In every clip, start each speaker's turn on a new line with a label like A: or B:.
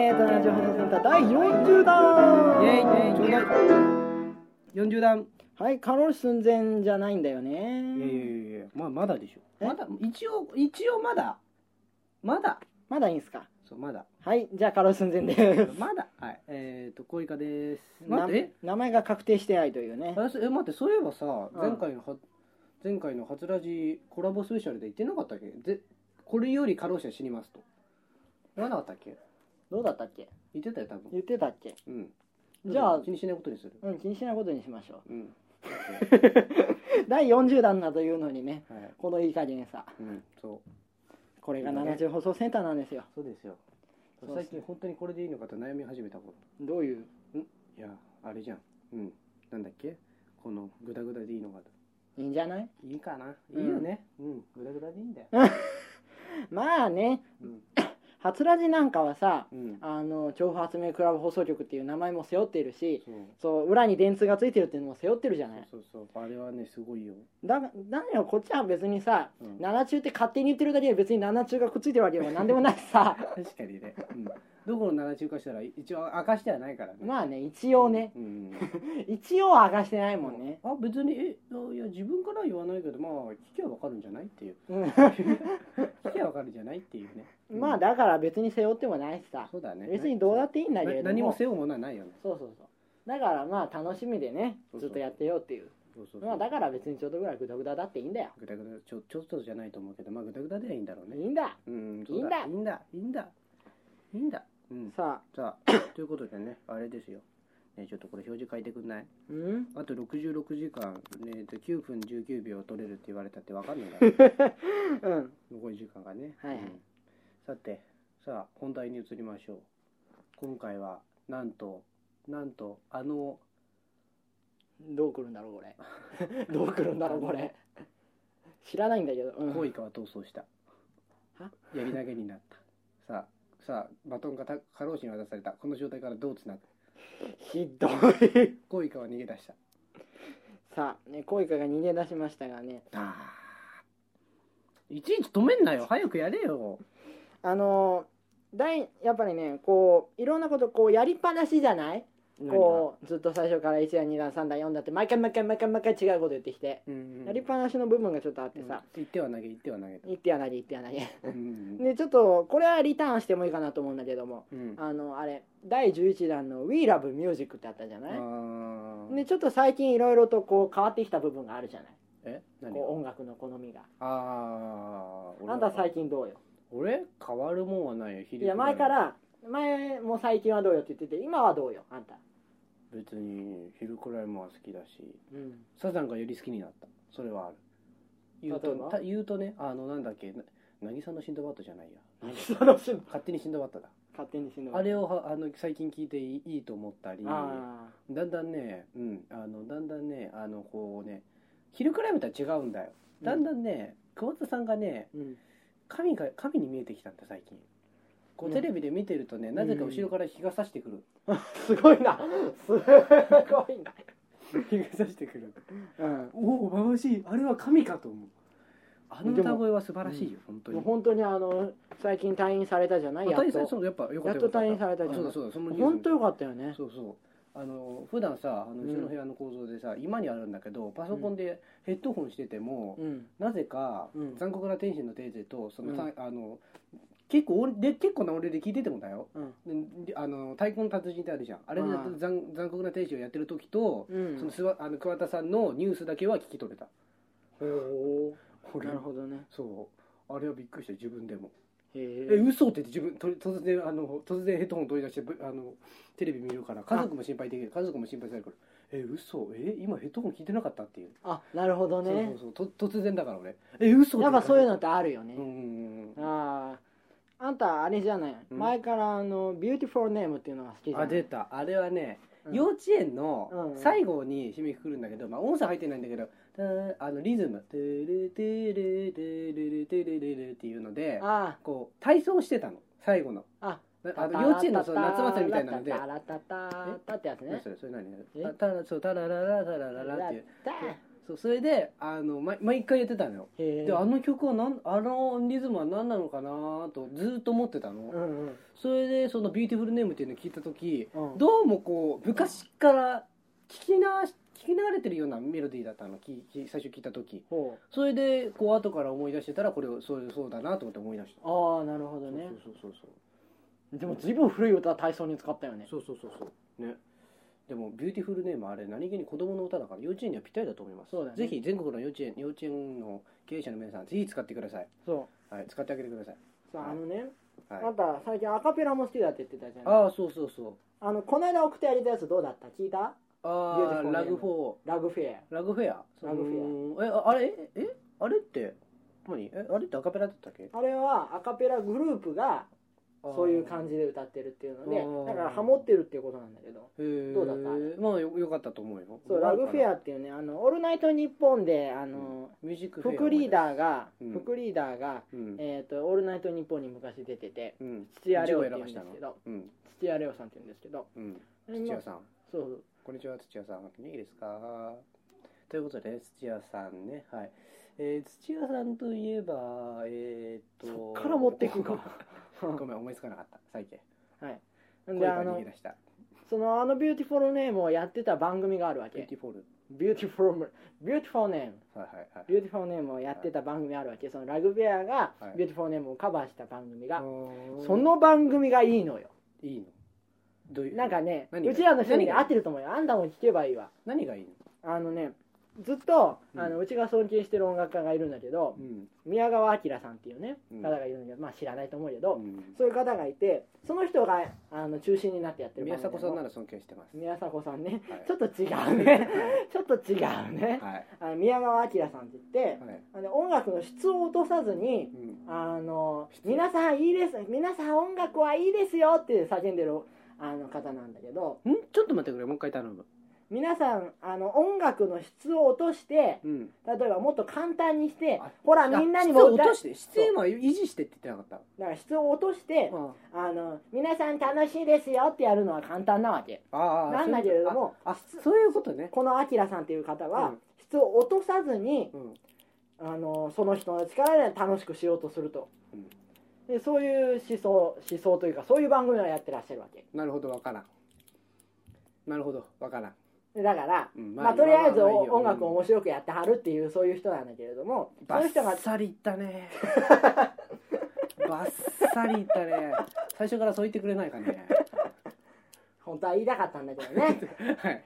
A: えーと、78センター第40弾
B: イエイちょうだい40段
A: はい、過労死寸前じゃないんだよ
B: いやいや
A: ね。
B: いやいやまあまだでしょ
A: え
B: まだ一応一応まだまだ
A: まだいいんすか
B: そう まだ
A: はい、じゃあ過労死寸前です。
B: まだはいえっ、ー、と小イカです
A: な
B: 待って
A: 名前が確定してないという
B: え
A: ね。
B: 私え待ってそういえばさ
A: ん
B: 前回のは、前回の初ラジコラボスペシャルで言ってなかったっけぜこれより過労死は死にますと言わなかったっけ
A: どうだったっけ
B: 言ってたよ多分
A: 言ってたっけ
B: うん
A: じゃあ
B: 気にしないことにする
A: うん、気にしないことにしましょう。
B: うん
A: 第40弾などいうのにね、
B: はい
A: このいい加減さ。
B: うんそう
A: これが70放送センターなんですよ。
B: そうですよ
A: そう
B: 最近本当にこれでいいのかと悩み始めたこと
A: どういう
B: いやあれじゃんうんなんだっけこのグダグダでいいのかと
A: いいんじゃない
B: いいかな
A: うん
B: いいよねうんグダグダでいいんだよ
A: まあね、
B: うん
A: 初ラジなんかはさ、
B: うん
A: あの調布発明クラブ放送局っていう名前も背負っているし
B: そう
A: そう裏に電通がついてるっていうのも背負ってるじゃない
B: そうそうそうあれはねすごいよ
A: だだよこっちは別にさ
B: うん
A: 七中って勝手に言ってるだけで別に七中がくっついてるわけで も何でもないしさ
B: 確かにねうんどこの七中華したら一応明かしてはないからね
A: まあね一応ね
B: うん
A: 一応は明かしてないもんね、
B: あ別にえあいや自分からは言わないけどまあ聞きゃわかるんじゃない っていう聞きゃわかるんじゃないっていうね
A: うんまあだから別に背負ってもないしさ
B: そうだね
A: 別にどうだっていいんだ
B: な
A: けれども
B: 何も背負うものはないよね
A: そうそうそうだからまあ楽しみでね
B: そう
A: ず
B: そう
A: っとやってようっていう
B: そうそうそう
A: まあだから別にちょっとぐらいグダグダだっていいんだよ
B: グダグダちょちょっとじゃないと思うけどまあグダグダではいいんだろう
A: い
B: ね
A: いんだ
B: うん、
A: いいんだ
B: そういいんだ、いいんだ、いいんだ。うん、
A: さあ
B: さあ、 ということでね、あれですよ。ね、ちょっとこれ表示変えてくんない
A: うん
B: あと66時間、ね、と9分19秒取れるって言われたってわかんないから、
A: うん
B: 残り時間がね。
A: はいはい
B: うんさて、さあ、本題に移りましょう。今回は、なんと、なんと、あの、
A: どう来るんだろうこれ どう来るんだろうこれ知らないんだけど、うん
B: コイカは逃走した。
A: は
B: やり投げになった。さあ、さあ、バトンがた過労死に渡された。この状態からどうつなぐ
A: ひどい
B: コイカは逃げ出した。
A: さあねコイカが逃げ出しましたがね
B: あーいちいち止めんなよ早くやれよ
A: あのー大やっぱりねこういろんなことこうやりっぱなしじゃないこうずっと最初から1段2段3段4段って毎回毎回毎回毎回違うこと言ってきて、
B: う、うんうん、
A: やりっぱなしの部分がちょっとあって
B: うん
A: さ、
B: 言っては投げ言っては投げ
A: 言ってやなり言ってやなり
B: うんうん
A: でちょっとこれはリターンしてもいいかなと思うんだけども
B: うん
A: あのあれ第11弾の「WeLoveMusic」ってあったじゃ
B: あ
A: ない
B: ー
A: でちょっと最近いろいろとこう変わってきた部分があるじゃない
B: え何
A: こう音楽の好みが
B: あー俺
A: あんた最近どうよ
B: 俺変わるもんはないよ
A: いや前から前も最近はどうよって言ってて今はどうよあんた
B: 別に昼くらいも好きだし
A: うん
B: サザンがより好きになったそれはある言う
A: 例え
B: と
A: ば
B: た言うとねあのなんだっけな渚のシンドバッドじゃないや
A: 楽しい
B: 勝手にシンドバッドだ
A: 勝手に死ぬ
B: あれをはあの最近聞いていいいいと思ったり
A: あ
B: だんだんね、うん、あのだんだんねあのこうね昼くらいまでは違うんだよ
A: うん
B: だんだんね、桑田さんがね
A: ーうん
B: 神が神に見えてきたんだ最近こう
A: うん
B: テレビで見てるとね、なぜか後ろから日が差してくる、
A: すごいなすごいな
B: 日が差してくる
A: うん
B: おお眩しいあれは神かと思うあの
A: でも
B: 歌声は素晴らしいよ、本当
A: もう
B: に
A: 本当にあの最近退院されたじゃないや
B: あ
A: っ
B: 退院され
A: と
B: そうやっぱよかった
A: やっと
B: よか
A: 退院されたじゃん
B: あそうだそうだそのニュース
A: 本当よかったよね
B: そうそうあの普段さあのうちの部屋の構造でさ、今にあるんだけどパソコンでヘッドホンしてても、
A: うん
B: なぜか、
A: うん
B: 残酷な天使のテーゼとその、
A: うん
B: たあの結構俺で結構な俺で聞いててもだよ
A: うん
B: でであの太鼓の達人ってあるじゃんあれで
A: うん
B: 残残酷な天使をやってる時と、
A: うん
B: そのすわあの桑田さんのニュースだけは聞き取れた
A: ほ
B: こ
A: う
B: れ
A: なるほどね
B: そうあれはびっくりした自分でも、
A: へえ
B: え嘘って言って自分と突然あの突然ヘッドホン取り出してぶあのテレビ見るから家族も心配できる家族も心配されるからえ嘘え今ヘッドホン聞いてなかったっていう、
A: あなるほどね
B: そうそうそうと突然だから俺え嘘
A: やっぱそういうのっててあるよね、
B: うんうんうん
A: あああんたあれじゃない、
B: うん
A: 前からあの「ビューティフォーネーム」っていうのが好きじゃな
B: あ
A: い
B: 出たあれはね、
A: うん
B: 幼稚園
A: うん
B: の
A: うん
B: 最後に締めくくるんだけど、まあ、音差入ってないんだけどたーあのリズム「トゥルトゥルトゥルトゥルトゥル」っていうので
A: あ
B: こう体操してたの最後の
A: ああ
B: あの幼稚園のその夏祭りみたいなので
A: タラタタタタタってやつ
B: 何
A: ね
B: それそれ何
A: え
B: あたらそうタラララタラララっていう
A: タラタ
B: そうそれであの毎毎回やってたのよ
A: へえ
B: であの曲はなんあのリズムは何なのかなとずーっと思ってたの、
A: うんうん
B: それでその「ビューティフルネームっていうのを聞いた時
A: うん
B: どうもこう昔から聞きな聞き流れてるようなメロディーだったのきき最初聞いた時
A: ほ
B: それでこう後から思い出してたらこれをそうそうだなと思って思い出した
A: うああなるほどね
B: そうそうそうそう
A: でも随分古い歌は体操に使ったよね
B: そうそうそうそうねでも「ビューティフルネームあれ何気に子供の歌だから幼稚園にはぴったりだと思います
A: そうだね
B: ぜひ全国の幼稚園幼稚園の経営者の皆さんぜひ使ってください、
A: そ
B: はい、使ってあげてください、
A: うさああのね
B: はい、
A: また最近アカペラも好きだって言ってたじゃん
B: ああそうそうそう
A: あのこの間送ってやれたやつどうだった聞いた
B: ああ
A: Beautiful
B: ラグフォー
A: ラグフェア
B: ラグフェア
A: ラグフ
B: ェアえああれええあれって何えあれってアカペラだったっけ
A: あれはアカペラグループがそういう感
B: じ
A: じで歌ってるっていう
B: あ
A: の
B: ー
A: でだからハモってるっていうことなんだけど
B: ど
A: どうだった
B: まあよよかったと思うよ
A: そうラグフェ
B: ア
A: アっていうね「あのオールナイトニッポン」であの、
B: ミュージックフェア
A: 副リーダーが、
B: うん
A: 副リーダーが、
B: うん
A: えーと「オールナイトニッポン」に昔出てて
B: うん
A: 土屋レオって言うんですけど
B: うん
A: 土屋レオさんって言うんですけど
B: うん
A: 土
B: 土屋さん
A: そうそう
B: こんにちは土屋さんお元気ですかということで土屋さんねはいえー、土屋さんといえばえー、っと
A: そっから持っていくか
B: ごめん思いつかなかった最近
A: はいなん
B: 声
A: であ
B: が
A: の
B: 逃げ出した
A: そのあのビューティフルネームをやってた番組があるわ
B: ビュー
A: け
B: ティフォル
A: ビューティフルビューティフルネーム
B: はいはいはい
A: ビューティフルネームをやってた番組あるわけそのラグベアが
B: はい
A: ビューティフルネームをカバーした番組が、
B: うん
A: その番組がいいのよ
B: いいのどういう
A: なんかね
B: 何が
A: うちらの人
B: 何
A: に
B: が
A: 合ってると思うよあんたも聞けばいいわ
B: 何がいいの
A: あのねずっと
B: うん
A: あのうちが尊敬してる音楽家がいるんだけど、
B: うん
A: 宮川明さんっていうね
B: うん
A: 方がいるんだけど、まあ知らないと思うけど、
B: うん
A: そういう方がいてその人があの中心になってやってる
B: 宮迫さんな
A: ら
B: ら尊敬してます
A: 宮迫さんね、
B: はい
A: ちょっと違うね ちょっと違うね、
B: はい
A: あの宮川明さんって言って、
B: はい
A: あの音楽の質を落とさずに
B: うん
A: あの
B: 質
A: 皆さんいいです皆さん音楽はいいですよって叫んでるあの方なんだけど
B: んちょっと待ってくれもう一回頼む
A: 皆さんあの音楽の質を落として
B: うん
A: 例えばもっと簡単にして
B: あ
A: ほらみんなに
B: あ
A: も
B: 質を
A: 歌
B: 落
A: だ
B: と
A: か
B: して質今維持してって言ってなかっ
A: ら質を落として
B: たあ
A: あの皆さん楽しいですよってやるのは簡単なわけ
B: あー
A: なんだけれども
B: あそういうことああそういうことね
A: このアキラさんっていう方
B: う
A: は
B: ん
A: 質を落とさずに
B: うん
A: あのその人の力で楽しくしようとすると、
B: うん
A: でそういう思想思想というかそういう番組をやってらっしゃるわけ
B: なるほどわからんなるほどわからん
A: でだから、
B: うん
A: まあ
B: まあ
A: とりあえず
B: まあまあいいよ
A: 音楽を面白くやってはるっていうそういう人なんだけれども、そう
B: バ
A: いう人が
B: ッサリいったねバッサリいったね最初からそう言ってくれないかね
A: 本当は言いたかったんだけど ね
B: はい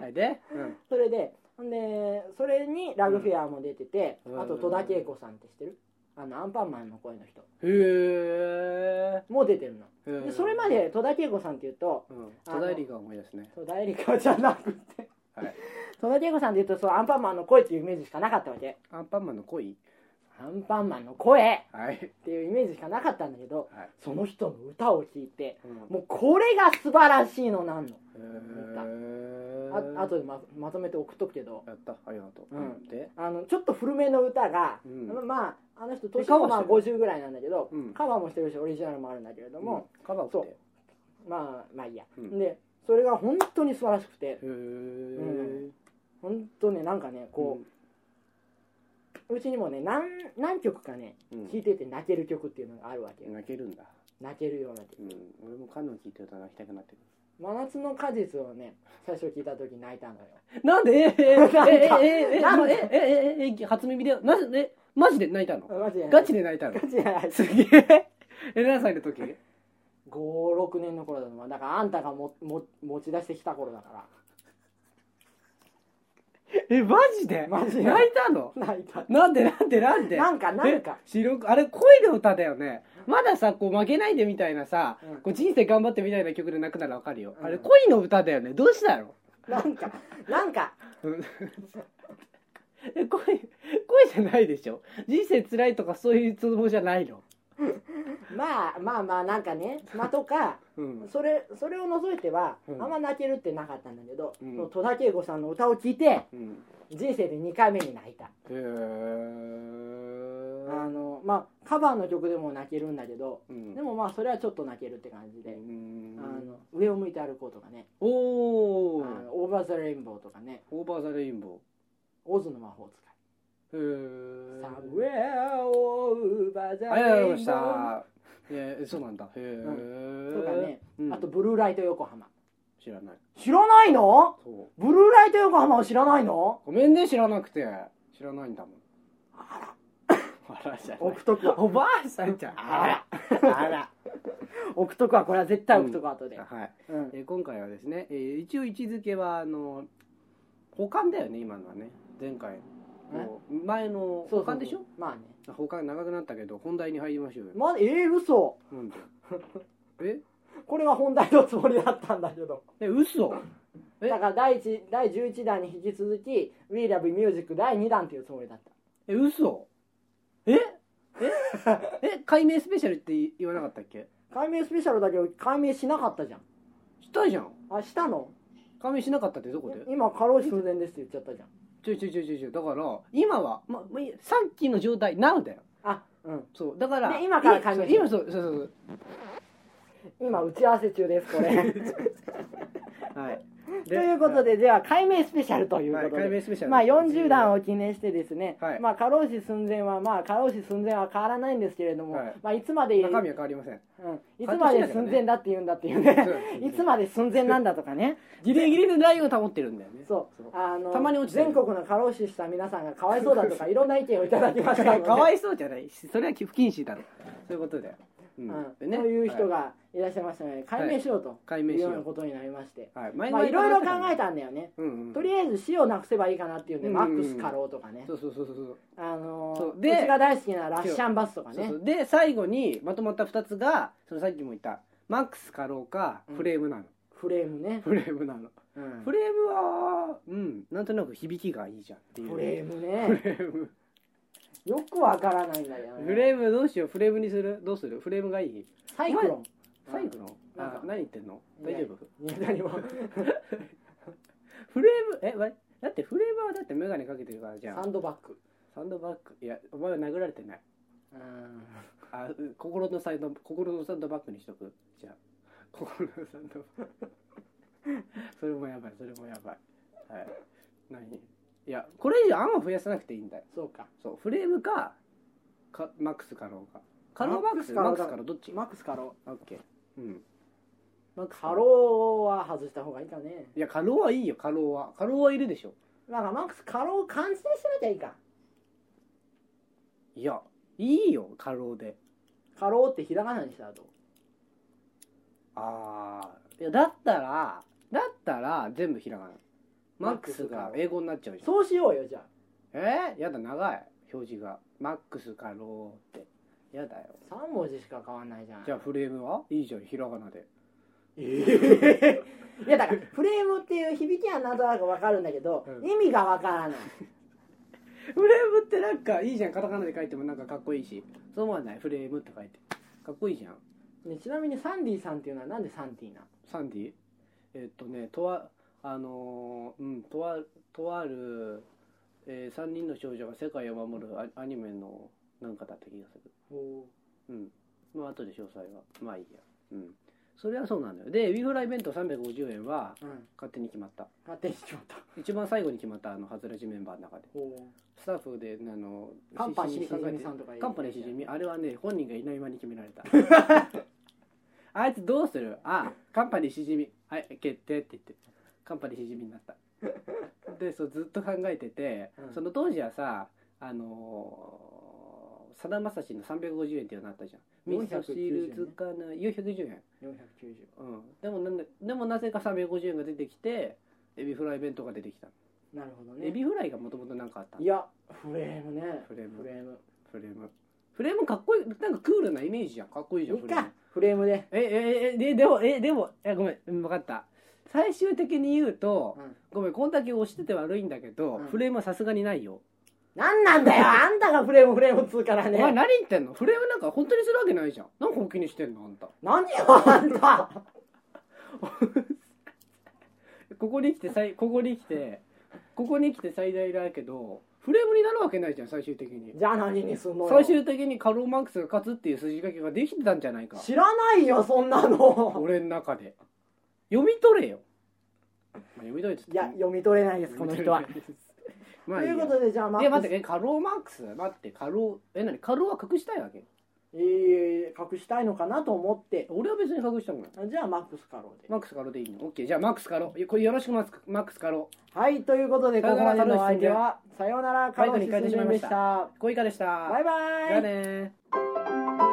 B: はいでうん
A: それでほんでそれにラグフェアも出てて、
B: うん
A: あと戸田恵子さんって知ってるあのアンパンマンの声の人
B: へ
A: も出てるの
B: え
A: でそれまで戸田恵子さんっていうと
B: うん戸田恵梨が思い出すね
A: 戸田恵梨香じゃなくて
B: はい
A: 戸田恵子さんっていうとそうアンパンマンの声っていうイメージしかなかったわけ
B: アンパンマンの恋
A: アンパンマンの声
B: はい
A: っていうイメージしかなかったんだけど
B: はい
A: その人の歌を聴いて
B: うん
A: もうこれが素晴らしいのなんの
B: へー
A: ああとでままとめて送っとくけど
B: やったありがとう、
A: うん
B: で
A: あのちょっと古めの歌が、
B: うん
A: ままああの人
B: で
A: 年も
B: カ
A: まあ
B: バー
A: 50ぐらいなんだけど、
B: うん
A: カバーもしてるしオリジナルもあるんだけれども、
B: うんカバー
A: そ
B: っ
A: う
B: て
A: まあまあいいや、
B: うん
A: でそれが本当に素晴らしくて
B: へー
A: 本当ねなんかねこう、うちにもね何何曲かね
B: うん、うん
A: 聴いてて泣ける曲っていうのがあるわけよ、
B: 泣けるんだ
A: 泣けるような曲
B: うん俺もカンヌ聞いてると泣きたくなってく
A: 真夏の果実をね最初聴いた時泣いたのよ
B: るなんでええええええええええええ
A: なんで
B: ええええ初耳でなぜえマジで泣いたの
A: あマジで
B: ガチで泣いたの
A: ガチで泣いた
B: すげええ何歳の時
A: 56年の頃だと思うだからあんたがもも持ち出してきた頃だか
B: えマジで
A: マジで
B: 泣いたの
A: ら泣いた
B: なんでなんでなんで
A: なんかなんか
B: え白くあれ声の歌だよねまださこう負けないでみたいなさ、
A: うん
B: こう人生頑張ってみたいな曲で泣くならわかるよ、
A: うん
B: あれ恋の歌だよねどうしたの
A: なんかなんか
B: うん え恋恋じゃないでしょ人生辛いとかそういうつもりじゃないの
A: まあまあまあなんかねまあとか
B: うん
A: それそれを除いては、
B: うん
A: あんま泣けるってなかったんだけど、
B: うん
A: その戸田恵子さんの歌を聴いて
B: うん
A: 人生で2回目に泣いた、
B: へえ
A: あのまあカバーの曲でも泣けるんだけど
B: うん
A: でもまあそれはちょっと泣けるって感じ
B: う
A: で、
B: ん
A: あの上を向いて歩こうとかね「
B: お
A: あ
B: お
A: のオーバー・ザ・レインボー」とかね
B: オーバーザレインボ
A: 「オズの魔法使い」「
B: ーへえ
A: サムウェア・オーバー・ザ・
B: ありがとう
A: レイ
B: ございま
A: ンボ
B: し
A: ー
B: たえーそうなんだへえ」
A: とかね、
B: うん
A: あと「ブルーライト横浜
B: 知らない」
A: 知らないの
B: そう
A: ブルーライト横浜を知らないの
B: ごめんね知らなくて知らないんだもんあらじゃない
A: 置くとくわ
B: おばあさんじゃん
A: あらあら置くとくわこれは絶対置くとくわ後で、
B: はい
A: うん
B: えー今回はですね、えー一応位置づけはあの保管だよね今のはね前回の前の
A: そうそうそう
B: 保管でしょ
A: まあね
B: 保管長くなったけど本題に入りましょう よ、
A: まあえー、嘘
B: なんでえ
A: これが本題のつもりだったんだけど
B: え嘘え
A: だから第一第11弾に引き続き「WeLoveMusic」第2弾っていうつもりだった
B: え嘘えええ解明スペシャルって言わなかったっけ
A: 解明スペシャルだけど解明しなかったじゃん
B: したじゃん
A: あしたの
B: 解明しなかったってどこで
A: 今過労死寸前ですって言っちゃったじゃん
B: ちょいちょいちょいちょいちょいだから今は、ま、まさっきの状態 NOW だよ
A: あうん
B: そうだから
A: で今から解明
B: いそう今そうそうそうそう
A: 今打ち合わせ中ですこ れ
B: はい。
A: ということ
B: で、
A: ででは解明スペシャルという
B: はい、
A: ことで、
B: 解明スペシャル。
A: まあ、40段
B: を。
A: を記念してですね、
B: はい
A: まあ、過労死寸前は、まあ、過労死寸前は変わらないんですけれども、
B: はい
A: まあ、いつまで、
B: 中身は変わりません。
A: うん、いつまで寸前だって言うんだっていうね
B: そ う
A: いつまで寸前なんだとかね
B: ギリギリのラインを保ってるんだよね。
A: そう
B: そう
A: あの
B: たまに落ちてる
A: 全国の過労死した皆さんがかわいそうだと かいろんな意見をいただきましたの
B: か
A: で
B: わいそうじゃないし、それは不謹慎だろ。そういうことだよ。う
A: うん
B: でね
A: という人
B: は
A: がいらっしゃいましたので解明しようと
B: い解
A: い
B: 明
A: う
B: しよ
A: ような
B: う。
A: ことになりまして、
B: はい。前
A: まあ、いろいろ考え
B: た。
A: たんだよね
B: うんうん。
A: とりあえず死をなくせばいいかなっていうんで、
B: うん
A: マックス過労とかね
B: そうそうそうそうそう。
A: あの
B: そう
A: ー、
B: で
A: うちが大好きなラッシャンバスとか
B: そう
A: ね
B: そうで最後にまとまった二つが、そのさっきも言ったマックスかろうか
A: うん
B: フレームなの。
A: フレームね、
B: フレームなの。
A: うん
B: フレームはうんなんとなく響きがいいじゃんっていう。
A: フレーム
B: フ
A: ね
B: レーム。
A: よくわからないんだよね
B: フレームどうしようフレームにするどうするフレームがいい
A: サイクロン
B: サイクロン
A: なん
B: あ
A: か
B: 何言ってんの大丈夫
A: いや何も
B: フレームえわだってフレームはだって眼鏡かけてるからじゃ
A: サ
B: ん
A: ンドバッグ
B: サンドバッグいやお前は殴られてない
A: うん
B: あう心のサイド心のサンドバッグにしとくじゃあ心のサンドバッグ それもやばいそれもやばいはい何いやこれ以上案を増やさなくていいんだよ
A: そうか
B: そうフレームかかマックスかろうかカローマックス
A: マ
B: マ
A: ッ
B: ッ
A: クス
B: ク
A: か
B: スからどっち
A: マックス過労
B: オッケーうん
A: まあ過労は外した方がいいかね
B: いや、過労はいいよ、過労は。過労はいるでしょ。
A: なんかマックス過労を感じにしてみたらいいか
B: いや、いいよ、過労で。
A: 過労ってひらがなにしたらどう
B: ああ。いや、だったら、だったら、全部ひらがな。マックス
A: マッ
B: が
A: クスか
B: 英語になっちゃうじゃん。
A: そうしようよじゃあ
B: えー、やだ、長い。表示が。マックス過労って。やだよ。
A: 3文字しか変わんないじゃん
B: じゃあ、フレームはいいじゃん、ひらがなで。
A: え えいやだからフレームっていう響きはなんとなくわかるんだけど、
B: うん
A: 意味がわからない
B: フレームってなんか、いいじゃん。カタカナで書いてもなんかかっこいいし。そう思わないフレームって書いて。かっこいいじゃん。
A: ねちなみにサンディさんっていうのはなんでサンディなの
B: サンディえっとねとああのーうんとあとある、えー、3人の少女が世界を守るアアニメのなんかだった気がするうんまあ後で詳細はまあいいやうんそれはそうなんだよでエビフライ弁当350円は
A: うん
B: 勝手に決まった
A: 勝手にしちまった
B: 一番最後に決まったあのハズレジメンバーの中でスタッフであの
A: カンパニ
B: し
A: ー
B: し
A: しじ
B: 考え
A: み
B: て
A: さんとかいる
B: カンパニーしじみあれはね本人がいない間に決められた あいつどうするあカンパニーしじみはい決定って言ってカンパニーしじみになったでそうずっと考えてて、
A: うん
B: その当時はさあのーさだまさしの350円っていうのあったじゃん
A: 490
B: 味噌汁つかない490円
A: 490
B: うんでもなんででもなぜか350円が出てきてエビフライ弁当が出てきた、
A: なるほど
B: エ
A: ね
B: ビフライがもともと何かあったの
A: いやフレームね
B: フレーム
A: フレーム
B: フレームフレームかっこいいなんかクールなイメージじゃんかっこいいじゃん
A: いい
B: フレーム
A: かフレームで、
B: えええででもえでもえごめんうん分かった最終的に言うと
A: うん
B: ごめんこんだけ押してて悪いんだけど、
A: うん
B: フレームはさすがにないよ、
A: なんなんだよあんたがフレームフレームっつうから
B: お前
A: ね
B: 何言ってんのフレームなんか本当にするわけないじゃん何本気にしてんのあんた
A: 何よあんた
B: ここに来て最ここに来てここに来て最大だけどフレームになるわけないじゃん最終的に
A: じゃあ何にすんのよ
B: 最終的にカローマンクスが勝つっていう筋書きができてたんじゃないか
A: 知らないよそんなの
B: 俺の中で読み取れよまあ読み取れって
A: いや読み取れないですこの人は
B: ま
A: と
B: あいい
A: い
B: や
A: うことでじゃあマ
B: いや待って
A: て
B: えカローマンクス待ってカローえ何カローは隠したいわけ
A: えー隠したいのかなと思って
B: 俺は別に隠したくない
A: じゃあマックスカローで
B: マックスカローでいいのオッケーじゃあマックスカローこれよろしくマックスマックスカロ
A: はいということで
B: さ
A: こ
B: よ
A: こ
B: な
A: ま
B: ら
A: でのお相手はさようならカロー
B: カローシステム
A: システムでした
B: ー小イカでした
A: バイバイ
B: じゃあねー